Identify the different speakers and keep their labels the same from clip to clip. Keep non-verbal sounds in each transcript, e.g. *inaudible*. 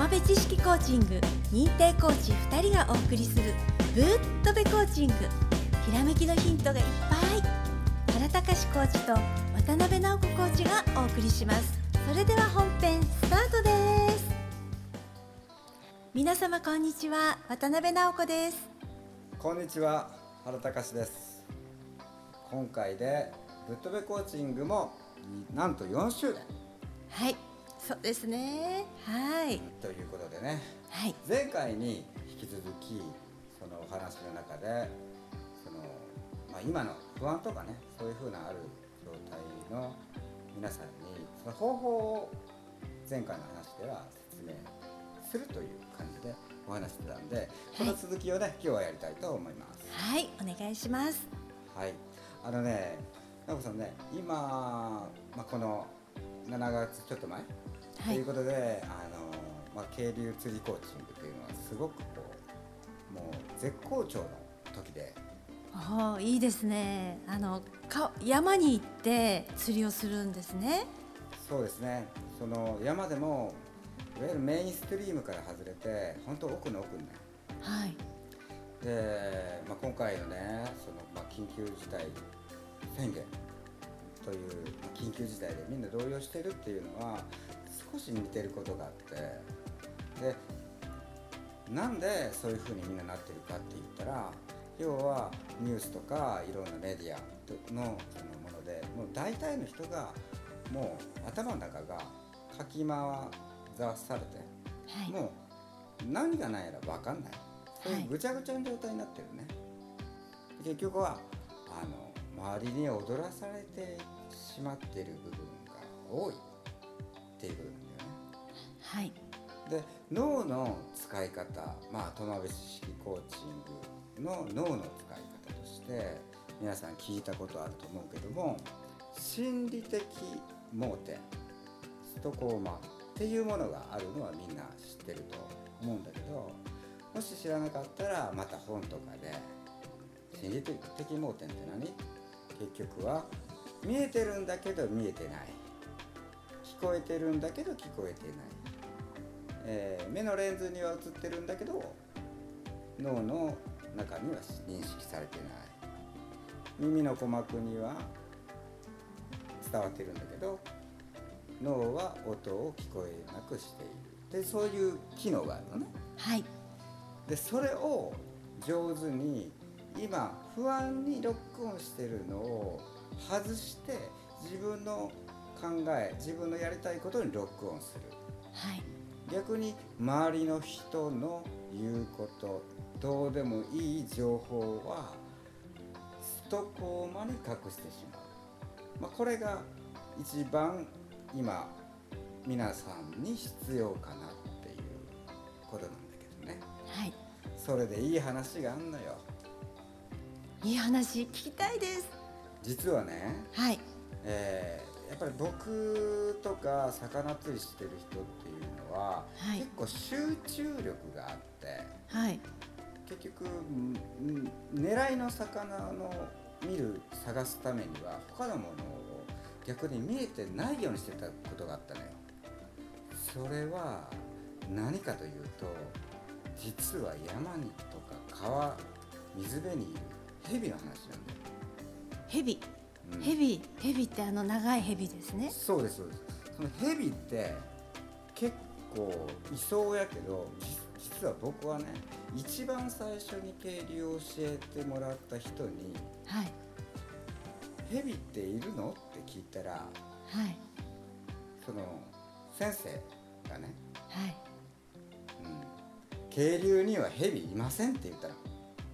Speaker 1: コーチング認定コーチ2人がお送りする「ぶっとべコーチング」ひらめきのヒントがいっぱい原隆コーチと渡辺直子コーチがお送りしますそれでは本編スタートです皆様こんにちは渡辺直子です
Speaker 2: こんにちは原隆です今回でぶっ飛べコーチングもなんと4週
Speaker 1: はいそうですねはい
Speaker 2: ということでね
Speaker 1: はい
Speaker 2: 前回に引き続きそのお話の中でその、まあ、今の不安とかねそういうふうなある状態の皆さんにその方法を前回の話では説明するという感じでお話してたんでこの続きをね、今日はやりたいと思います。
Speaker 1: はいお願いします
Speaker 2: はい、あのね、なおこさんね、今、まあ、この7月ちょっと前、
Speaker 1: は
Speaker 2: とい
Speaker 1: いう
Speaker 2: ことで、あのまあ、渓流釣りコーチングというのは、すごくこう、もう絶好調の時で、
Speaker 1: おおいいですねあのか山に行って釣りをするんですね
Speaker 2: そうですね、その山でも、いわゆるメインストリームから外れて、本当、奥の奥にね、
Speaker 1: はい
Speaker 2: で、まあ、今回のねその、まあ、緊急事態宣言という、まあ緊急事態でみんな動揺してるっていうのは少し似てることがあってでなんでそういうふうにみんななってるかって言ったら要はニュースとかいろんなメディアのそのものでもう大体の人がもう頭の中がかき回されて
Speaker 1: はい
Speaker 2: もう何がないら分かんないそうい
Speaker 1: はいう
Speaker 2: ぐちゃぐちゃの状態になってるね、結局はあの周りに踊らされてしまってる部分が多いっていうこと
Speaker 1: はい
Speaker 2: なんだよねで脳の使い方まあ戸辺式コーチングの脳の使い方として皆さん聞いたことあると思うけども心理的盲点ストコーマっていうものがあるのはみんな知ってると思うんだけどもし知らなかったらまた本とかで「心理的盲点って何?」結局は見えてるんだけど見えてない聞こえてるんだけど聞こえてない、えー目のレンズには映ってるんだけど脳の中には認識されてない耳の鼓膜には伝わってるんだけど脳は音を聞こえなくしているでそういう機能があるのね
Speaker 1: はい
Speaker 2: でそれを上手に今不安にロックオンしてるのを外して自分の考え自分のやりたいことにロックオンする
Speaker 1: はい
Speaker 2: 逆に周りの人の言うことどうでもいい情報はストコーマに隠してしまう、まあ、これが一番今皆さんに必要かなっていうことなんだけどね
Speaker 1: はい
Speaker 2: それでいい話があんのよ
Speaker 1: いい話聞きたいです
Speaker 2: 実はね、
Speaker 1: はい
Speaker 2: えーやっぱり僕とか魚釣りしてる人っていうのは、
Speaker 1: はい
Speaker 2: 結構集中力があって
Speaker 1: はい
Speaker 2: 結局んん狙いの魚の見る探すためには他のものを逆に見えてないようにしてたことがあったのよそれは何かというと実は山にとか川水辺にいる蛇の話なんだよ
Speaker 1: ヘビ
Speaker 2: うん
Speaker 1: ヘビヘビってあの長いヘビですね
Speaker 2: そうですそうですそのヘビって結構いそうやけどじ実は僕はね一番最初に渓流を教えてもらった人に
Speaker 1: はい
Speaker 2: 「ヘビっているの?」って聞いたら
Speaker 1: はい
Speaker 2: その先生がね
Speaker 1: はい
Speaker 2: 「うん、渓流にはヘビいません」って言ったら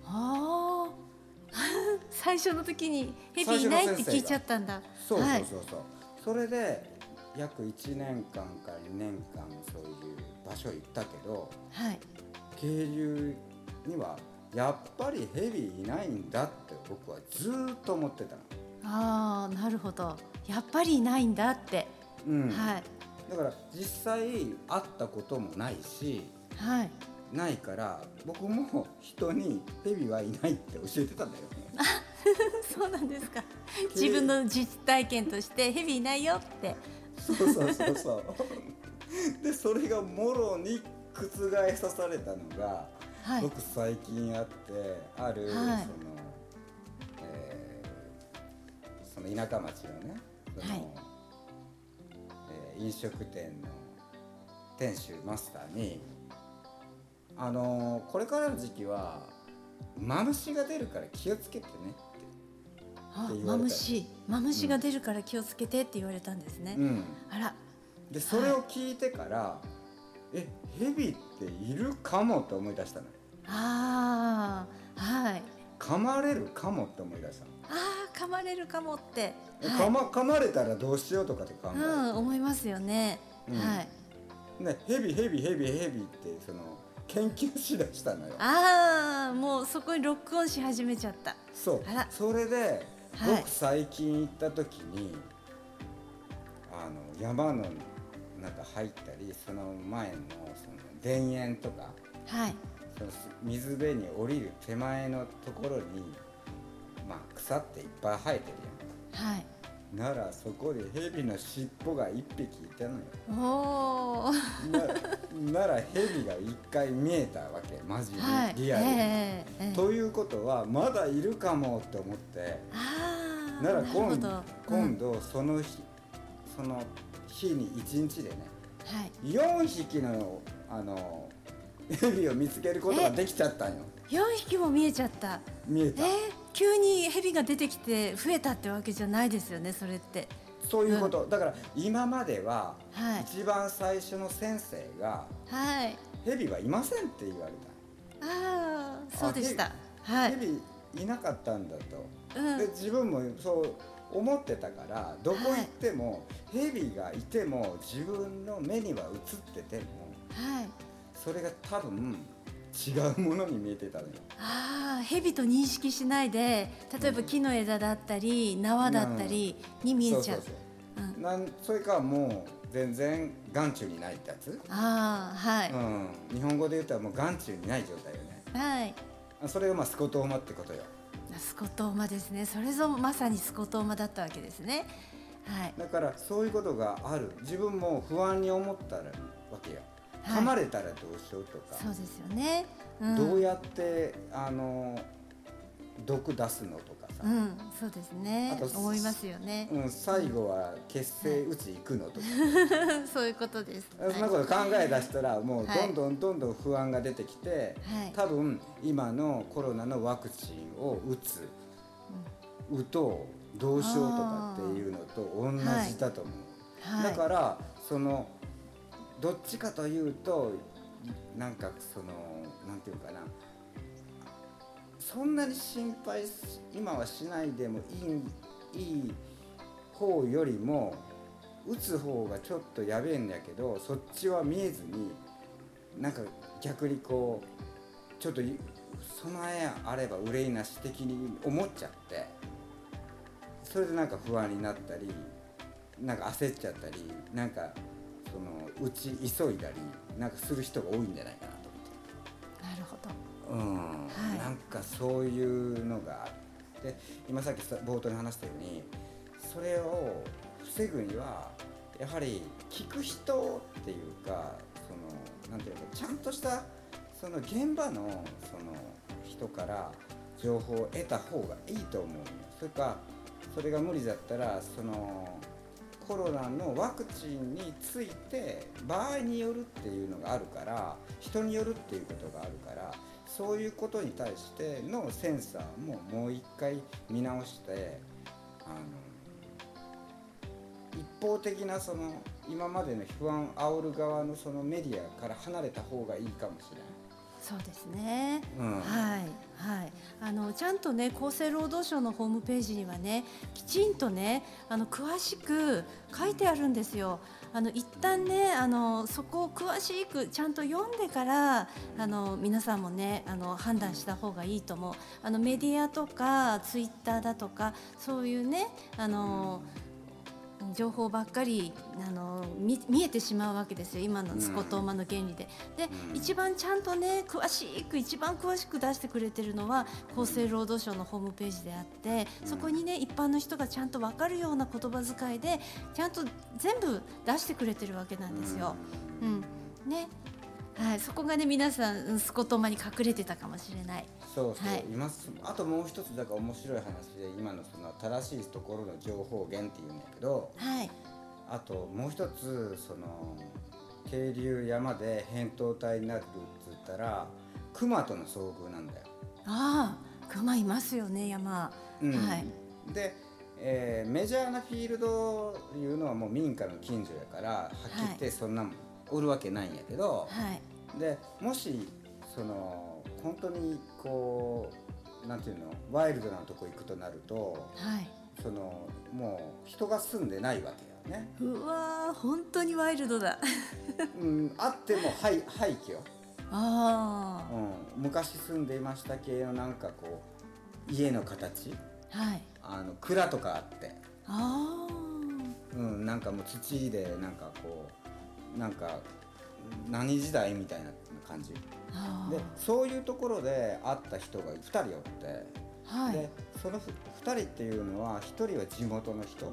Speaker 1: ああ *laughs* 最初の時にヘビいないって聞いちゃったんだ
Speaker 2: そうそう
Speaker 1: はい
Speaker 2: そうそう、それで約1年間か2年間そういう場所行ったけど
Speaker 1: はい
Speaker 2: 渓流にはやっぱりヘビいないんだって僕はずーっと思ってたの、
Speaker 1: ああなるほどやっぱりいないんだって、
Speaker 2: うん
Speaker 1: はい
Speaker 2: だから実際会ったこともないし *laughs*
Speaker 1: はい
Speaker 2: ないから僕も人にヘビはいないって教えてたんだよね
Speaker 1: そうなんですか
Speaker 2: ー
Speaker 1: *laughs* 自分の実体験としてヘビいないよって
Speaker 2: そうそうそうそうでそれがもろに覆さされたのが、
Speaker 1: はい
Speaker 2: 僕最近あってある、
Speaker 1: はい
Speaker 2: その、えーその田舎町のねその、
Speaker 1: はい
Speaker 2: えー飲食店の店主マスターに、あのーこれからの時期はマムシが出るから気をつけてねって
Speaker 1: あ
Speaker 2: って言わ
Speaker 1: マ
Speaker 2: れた
Speaker 1: ムシマムシが出るから気をつけてって言われたんですね、
Speaker 2: うん、
Speaker 1: あら
Speaker 2: でそれを聞いてから、えヘビっているかもって思い出したのよ
Speaker 1: あーはい
Speaker 2: 噛まれるかもって思い出したの
Speaker 1: あー噛まれるかもって、
Speaker 2: え
Speaker 1: は
Speaker 2: 噛
Speaker 1: い
Speaker 2: ま噛まれたらどうしようとかって考え
Speaker 1: うん思いますよね、
Speaker 2: うん
Speaker 1: はい
Speaker 2: る、ね、ヘビヘビヘビヘビってその研究しだしたのよ
Speaker 1: ああもうそこにロックオンし始めちゃった
Speaker 2: そう
Speaker 1: あら
Speaker 2: それで
Speaker 1: はい
Speaker 2: 僕最近行った時に、あの山の中入ったりその前のその田園とか
Speaker 1: はい
Speaker 2: その水辺に降りる手前のところに、まあ、草っていっぱい生えてる
Speaker 1: はい
Speaker 2: やんならそこでヘビの尻尾が1匹いたのよ
Speaker 1: おお
Speaker 2: ななら *laughs* ヘビが1回見えたわけマジに、
Speaker 1: はい
Speaker 2: リアルに、
Speaker 1: ええええ
Speaker 2: ということはまだいるかもって思って
Speaker 1: ああ
Speaker 2: なら
Speaker 1: るほ
Speaker 2: 今
Speaker 1: ど
Speaker 2: 今
Speaker 1: 度、
Speaker 2: 度その日その日に1日でね
Speaker 1: うんはい
Speaker 2: 4匹のあのヘビを見つけることができちゃったんよ
Speaker 1: 四匹も見えちゃった
Speaker 2: 見え
Speaker 1: え
Speaker 2: た
Speaker 1: ー、急にヘビが出てきて増えたってわけじゃないですよねそれって
Speaker 2: そういうこと、だから今までは
Speaker 1: はい
Speaker 2: 一番最初の先生が
Speaker 1: はい
Speaker 2: 「ヘビはいません」って言われ
Speaker 1: ああそうでした
Speaker 2: た、
Speaker 1: は
Speaker 2: ヘ
Speaker 1: い
Speaker 2: ビいなかったんだと、
Speaker 1: うん
Speaker 2: で自分もそう思ってたからどこ行っても、ヘビがいても自分の目には映ってても
Speaker 1: はい
Speaker 2: それが多分違うものに見えてたのよ
Speaker 1: ああヘビと認識しないで例えば木の枝だったり縄だったりに見えちゃう,、
Speaker 2: そうそう
Speaker 1: うん
Speaker 2: そうなんそれかもう全然眼中にないってやつ、
Speaker 1: ああはい、
Speaker 2: うん、日本語で言ったらもう眼中にない状態よね
Speaker 1: はい
Speaker 2: あそれがまあスコトーマってことよ
Speaker 1: スコトーマですねそれぞまさにスコトーマだったわけですねはい
Speaker 2: だからそういうことがある自分も不安に思ったらわけよ
Speaker 1: はい
Speaker 2: 噛まれたらどうしようとか、
Speaker 1: そうですよね、うん、
Speaker 2: どうやってあの毒出すのとかさ
Speaker 1: う、んそうですね
Speaker 2: あと
Speaker 1: 思いますよね
Speaker 2: うん最後は血清打ち行くのとか、
Speaker 1: *laughs* そういうことです。
Speaker 2: そんなこと考え出したらもう
Speaker 1: はい
Speaker 2: どんどんどんどん不安が出てきて、
Speaker 1: はい
Speaker 2: 多分今のコロナのワクチンを打つ、打とうどうしようとかっていうのと同じだと思う。
Speaker 1: はい、
Speaker 2: だからそのどっちかというとなんかそのなんていうかなそんなに心配し今はしないでもいいいい方よりも打つ方がちょっとやべえんだけどそっちは見えずになんか逆にこうちょっとい備えあれば憂いなし的に思っちゃってそれでなんか不安になったりなんか焦っちゃったりなんかそのうち急いだりなんかする人が多いんじゃないかなと
Speaker 1: なるほど。
Speaker 2: 思って、うん
Speaker 1: はい
Speaker 2: なんかそういうのがあるで今さっきさ冒頭に話したようにそれを防ぐにはやはり聞く人っていうかそのなんていうかちゃんとしたその現場のその人から情報を得た方がいいと思うよそれかそれが無理だったらそのコロナのワクチンについて場合によるっていうのがあるから人によるっていうことがあるからそういうことに対してのセンサーももう一回見直してあの一方的なその今までの不安煽る側のそのメディアから離れた方がいいかもし
Speaker 1: そうですね。
Speaker 2: れない。うん
Speaker 1: はいはい、あのちゃんとね厚生労働省のホームページにはねきちんとねあの詳しく書いてあるんですよ。あの一旦ねあのそこを詳しくちゃんと読んでからあの皆さんもねあの判断した方がいいと思う。あのメディアとかツイッターだとかそういうねあの、情報ばっかりあの見見えてしまうわけですよ今のスコトーマの原理で。で、
Speaker 2: うん
Speaker 1: 一番ちゃんとね詳しく一番詳しく出してくれてるのは厚生労働省のホームページであって
Speaker 2: うん
Speaker 1: そこにね一般の人がちゃんと分かるような言葉遣いでちゃんと全部出してくれてるわけなんですよ。
Speaker 2: う
Speaker 1: うんんねはい、そこがね皆さんうんスコトマに隠れてたかもしれない。
Speaker 2: そうそう、
Speaker 1: はい
Speaker 2: い、ますあともう一つだから面白い話で今のその正しいところの情報源っていうんだけど
Speaker 1: はい、
Speaker 2: あともう一つその渓流山で扁桃体になるっつったら熊との遭遇なんだよ。
Speaker 1: ああ、熊いますよね山。
Speaker 2: うん
Speaker 1: はい
Speaker 2: で、えーメジャーなフィールドいうのはもう民家の近所やからはっきり言ってそんなもんおるわけないんやけど、
Speaker 1: はい
Speaker 2: でもしその本当にこうなんていうのワイルドなとこ行くとなると
Speaker 1: はい。
Speaker 2: そのもう人が住んでないわけ
Speaker 1: *laughs*
Speaker 2: よね、
Speaker 1: うわー本当にワイルドだ。
Speaker 2: うん、あってもはい廃墟、
Speaker 1: あ
Speaker 2: うん、昔住んでいました系のなんかこう家の形
Speaker 1: あ、はい。
Speaker 2: あの蔵とかあって
Speaker 1: あ
Speaker 2: うん、なんかもう土でなんかこうなんか何時代みたいな感じで
Speaker 1: あ、あ
Speaker 2: そういうところで会った人が2人おって、
Speaker 1: あ、はい
Speaker 2: でその2人っていうのは1人は地元の人
Speaker 1: は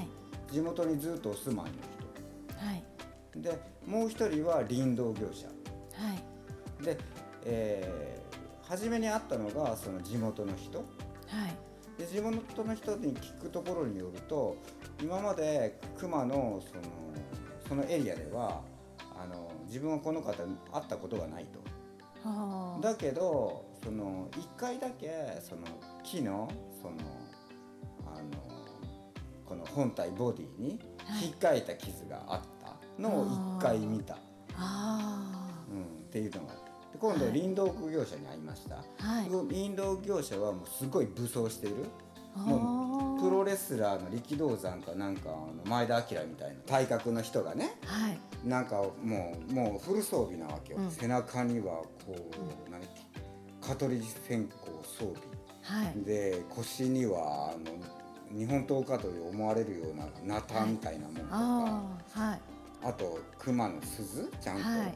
Speaker 1: い
Speaker 2: 地元にずっとお住まいの
Speaker 1: はい
Speaker 2: 人でもう1人は林道業者
Speaker 1: はい
Speaker 2: で、えー初めに会ったのがその地元の人
Speaker 1: はい。
Speaker 2: で地元の人に聞くところによると今まで熊のそのそのエリアではあの自分はこの方に会ったことがないと
Speaker 1: ああ、
Speaker 2: だけどその1回だけその木のそのあのこの本体ボディに
Speaker 1: はい
Speaker 2: 引っかいた傷があったのを1回見た、
Speaker 1: あ
Speaker 2: うん、っていうのがあったで今度
Speaker 1: はい
Speaker 2: 林道具業者に会いました、
Speaker 1: あ、はい。
Speaker 2: 林道業者はもうすごい武装している
Speaker 1: ああ
Speaker 2: プロレスラーの力道山かなんかあの前田明みたいな体格の人がね
Speaker 1: はい
Speaker 2: なんかもうもうフル装備なわけよ、
Speaker 1: うん
Speaker 2: 背中にはこう、何蚊取り線香装
Speaker 1: はい
Speaker 2: 備で腰にはあの日本刀かと思われるようなナタみたいなものとか、
Speaker 1: ああはい
Speaker 2: あと熊の鈴ちゃんと、
Speaker 1: はい
Speaker 2: うん
Speaker 1: は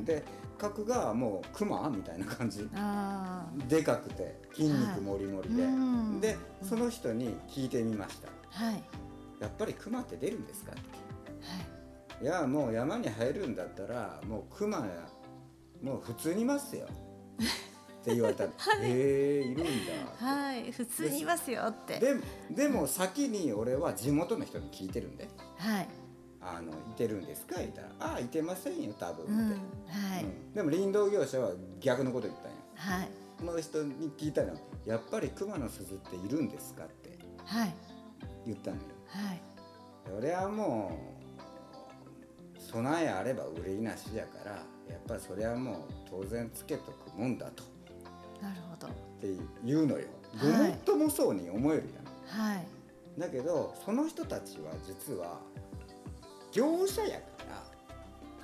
Speaker 1: い
Speaker 2: で角がもう熊みたいな感じ
Speaker 1: あ
Speaker 2: でかくて筋肉もりもりで、
Speaker 1: はいうん
Speaker 2: でその人に聞いてみました。
Speaker 1: あはいはい
Speaker 2: やっぱり熊って出るんですかいやもう山に入るんだったらもう熊やもう普通にいますよって言われ
Speaker 1: *laughs*
Speaker 2: たら、へえいるんだって、
Speaker 1: はい普通にいますよって
Speaker 2: ででも先に俺は地元の人に聞いてるんで
Speaker 1: はい
Speaker 2: 「あのいてるんですか?」言ったら「ああいてませんよ多分」
Speaker 1: うん
Speaker 2: って、
Speaker 1: はい
Speaker 2: うんでも林道業者は逆のこと言ったんや
Speaker 1: はい
Speaker 2: その人に聞いたの「やっぱり熊の鈴っているんですか?」って
Speaker 1: はい
Speaker 2: 言ったのよ
Speaker 1: はい
Speaker 2: それはもう備えあれば憂いなしやからやっぱりそれはもう当然つけとくもんだと
Speaker 1: なるほど
Speaker 2: って言うのよご
Speaker 1: は
Speaker 2: も
Speaker 1: い
Speaker 2: っともそうに思えるやん、
Speaker 1: はい
Speaker 2: だけどその人たちは実は業者やから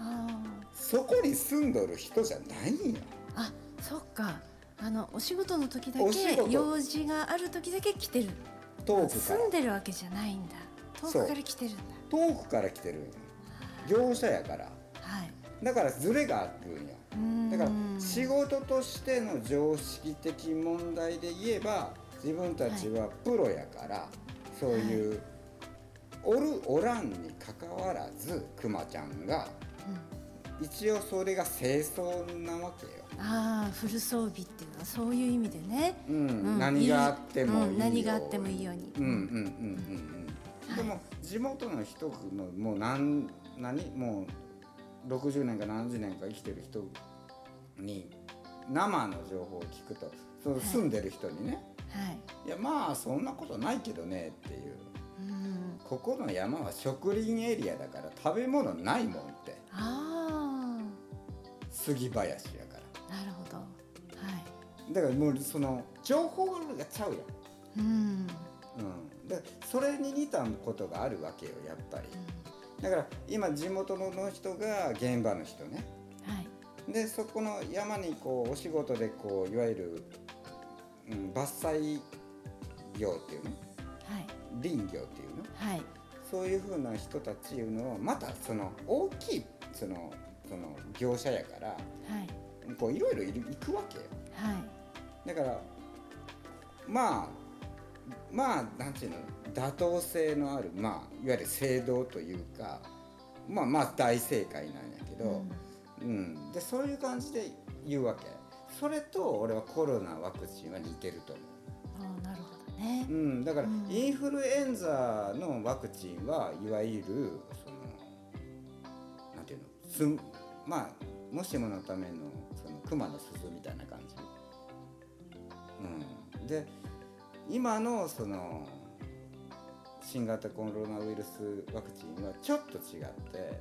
Speaker 1: あ
Speaker 2: そこに住んどる人じゃないんよ
Speaker 1: ああそっかあのお仕事の時だ
Speaker 2: お仕
Speaker 1: け
Speaker 2: 事
Speaker 1: 用事がある時だけ来てる
Speaker 2: 遠くから
Speaker 1: 住んでるわけじゃないんだ遠
Speaker 2: そう
Speaker 1: くから来てるんだ
Speaker 2: 遠くから来てるんよ業者やから
Speaker 1: はい
Speaker 2: だからズレがあるんよ
Speaker 1: うーん
Speaker 2: だから仕事としての常識的問題で言えば自分たちはプロやから、そういう、おるおらんにかかわらずクマちゃんが
Speaker 1: うん
Speaker 2: 一応それが清掃なわけよ。
Speaker 1: ああフル装備っていうのはそういう意味でね
Speaker 2: うん
Speaker 1: うん
Speaker 2: 何があってもいいよう
Speaker 1: う
Speaker 2: に、
Speaker 1: ん何があってもいいように
Speaker 2: うんうんうんうんうん
Speaker 1: はい
Speaker 2: でも地元の人のもう何何もう60年か70年か生きてる人に生の情報を聞くとその
Speaker 1: はい
Speaker 2: 住んでる人にね、
Speaker 1: はい
Speaker 2: い、やまあそんなことないけどねっていう
Speaker 1: うん
Speaker 2: ここの山は植林エリアだから食べ物ないもんって
Speaker 1: あ
Speaker 2: 杉林やから
Speaker 1: あなるほどは
Speaker 2: だからもうその情報がちゃうやん
Speaker 1: いうん
Speaker 2: うん、でそれに似たことがあるわけよやっぱりだから今地元の人が現場の人ね
Speaker 1: はい
Speaker 2: でそこの山にこうお仕事でこういわゆる、うん、伐採業っていうの
Speaker 1: はい
Speaker 2: 林業っていうの
Speaker 1: はい
Speaker 2: そういうふうな人たちいうのはまたその大きいそのその業者やから
Speaker 1: はい
Speaker 2: こういろいろいる行くわけよ
Speaker 1: はい
Speaker 2: だからまあまあなんていうの妥当性のある、まあ、いわゆる正道というかまあまあ大正解なんやけど、
Speaker 1: うん
Speaker 2: うん、でそういう感じで言うわけそれと俺はコロナワクチンは似てると思
Speaker 1: あなるほどね
Speaker 2: う、う。ん、だから
Speaker 1: うん
Speaker 2: インフルエンザのワクチンはいわゆるそのなんていうのすんまあもしものためのその熊の鈴みたいな感じ、うん、で今のその新型コロナウイルスワクチンはちょっと違って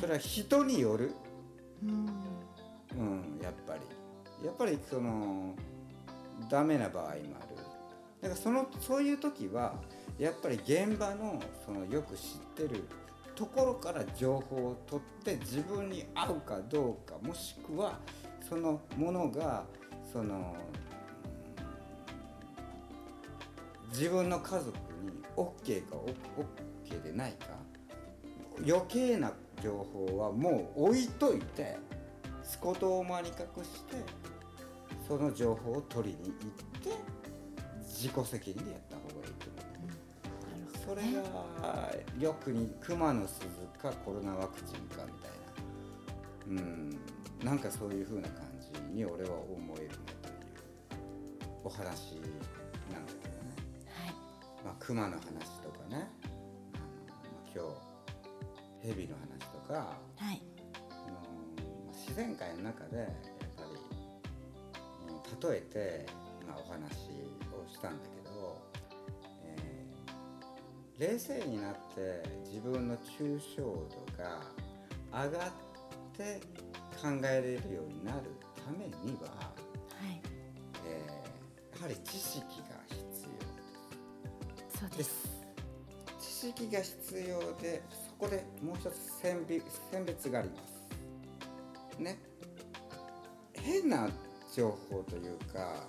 Speaker 2: それは人による、
Speaker 1: うん
Speaker 2: うん、やっぱりやっぱりそのダメな場合もあるだからそのそういう時はやっぱり現場のそのよく知ってるところから情報を取って自分に合うかどうかもしくはそのものがそのうん自分の家族に OK か OK でないか余計な情報はもう置いといて。スコトを間に隠してその情報を取りに行って自己責任でやった方がいいと思う
Speaker 1: なる
Speaker 2: そ
Speaker 1: ほど
Speaker 2: れ
Speaker 1: ね
Speaker 2: がよくに熊の鈴かコロナワクチンかみたいなうんなんかそういう風な感じに俺は思えるねというお話なんだけどね。
Speaker 1: はい
Speaker 2: まあ、熊の話とかねあのまあ今日蛇の話とか
Speaker 1: はい
Speaker 2: あの自然界の中でやっぱりうん例えて、まあ、お話をしたんだけど、えー冷静になって自分の抽象度が上がって考えれるようになるためには、
Speaker 1: はい
Speaker 2: えーやはり知識が必
Speaker 1: そう
Speaker 2: 要
Speaker 1: で
Speaker 2: ですす。知識が必要でそこでもう一つ選び選別がありますね変な情報というか、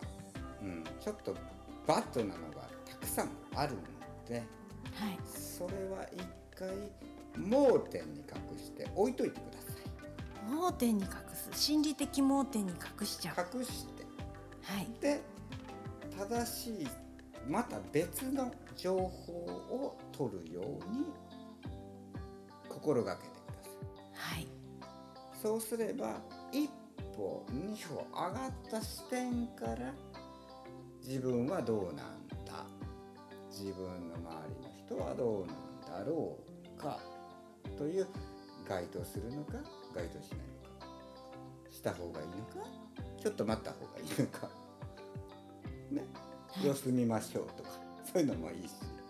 Speaker 2: うん、ちょっとバッドなのがたくさんあるので
Speaker 1: はい
Speaker 2: それは一回盲点に隠して置いといてくだ
Speaker 1: 盲点に隠す心理的盲点に隠しちゃう
Speaker 2: さい隠して
Speaker 1: はい
Speaker 2: で正しいまた別の情報を取るように心がけてください
Speaker 1: はい
Speaker 2: そうすれば一歩二歩上がった視点から自分はどうなんだ自分の周りの人はどうなんだろうかという該当するのか該当しないのかした方がいいのかちょっと待った方がいいのかね
Speaker 1: はい
Speaker 2: 様子見ましょうとかそういうのもいいし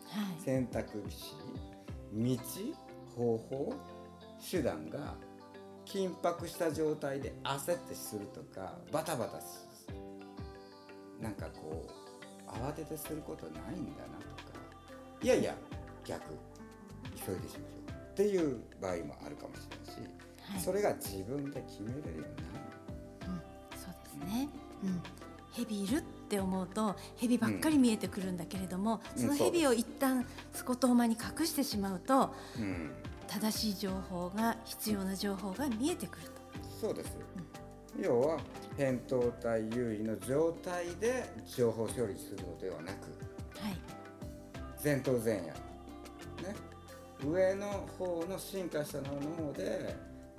Speaker 1: はい
Speaker 2: 選択肢道方法手段が緊迫した状態で焦ってするとかバタバタしなんかこう慌ててすることないんだなとかいやいや逆急いでしましょうっていう場合もあるかもしれないし、
Speaker 1: はい
Speaker 2: それが自分で決めれるようになる
Speaker 1: うんそうですね。うん。ヘビいるって思うとヘビばっかり見えてくるんだけれども、
Speaker 2: うん
Speaker 1: そのヘビを一旦スコトーマに隠してしまうと
Speaker 2: うん、
Speaker 1: 正しい情報が必要な情報が見えてくる
Speaker 2: そうです、要は扁桃体優位の状態で情報処理するのではなく
Speaker 1: と。はい。
Speaker 2: 前頭前野、ね、上の方の進化した脳の方で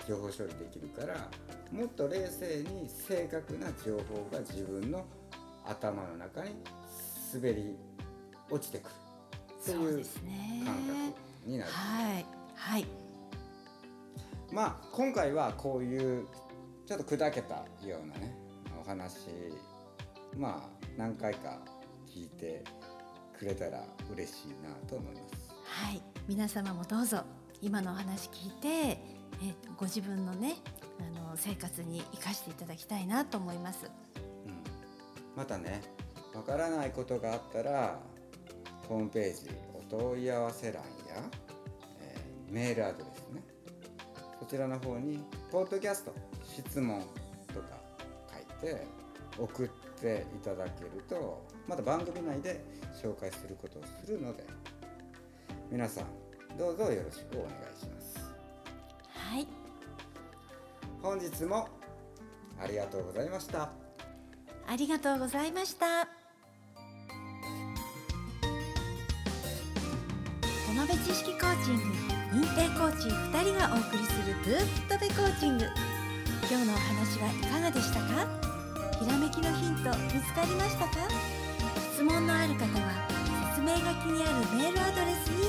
Speaker 2: 情報処理できるからもっと冷静に正確な情報が自分の頭の中に滑り落ちてくると
Speaker 1: そう
Speaker 2: いう
Speaker 1: ですね。
Speaker 2: 感覚になる。
Speaker 1: はいはい
Speaker 2: まあ今回はこういうちょっと砕けたようなねお話まあ何回か聞いてくれたら嬉しいなと思います。
Speaker 1: はい。皆様もどうぞ今のお話聞いて、えーご自分のねあの生活に生かしていただきたいなと思います。
Speaker 2: うん、またねわからないことがあったらホームページお問い合わせ欄や、えーメールアドレスねそちらの方に「ポッドキャスト質問」とか書いて送っていただけるとまた番組内で紹介することをするので皆さんどうぞよろしくお願いします
Speaker 1: はい。
Speaker 2: 本日もありがとうございました
Speaker 1: ありがとうございました。田辺知識コーチング認定コーチ2人がお送りするぶっとべコーチング。今日のお話はいかがでしたかひらめきのヒント見つかりましたか質問のある方は説明書きにあるメールアドレスに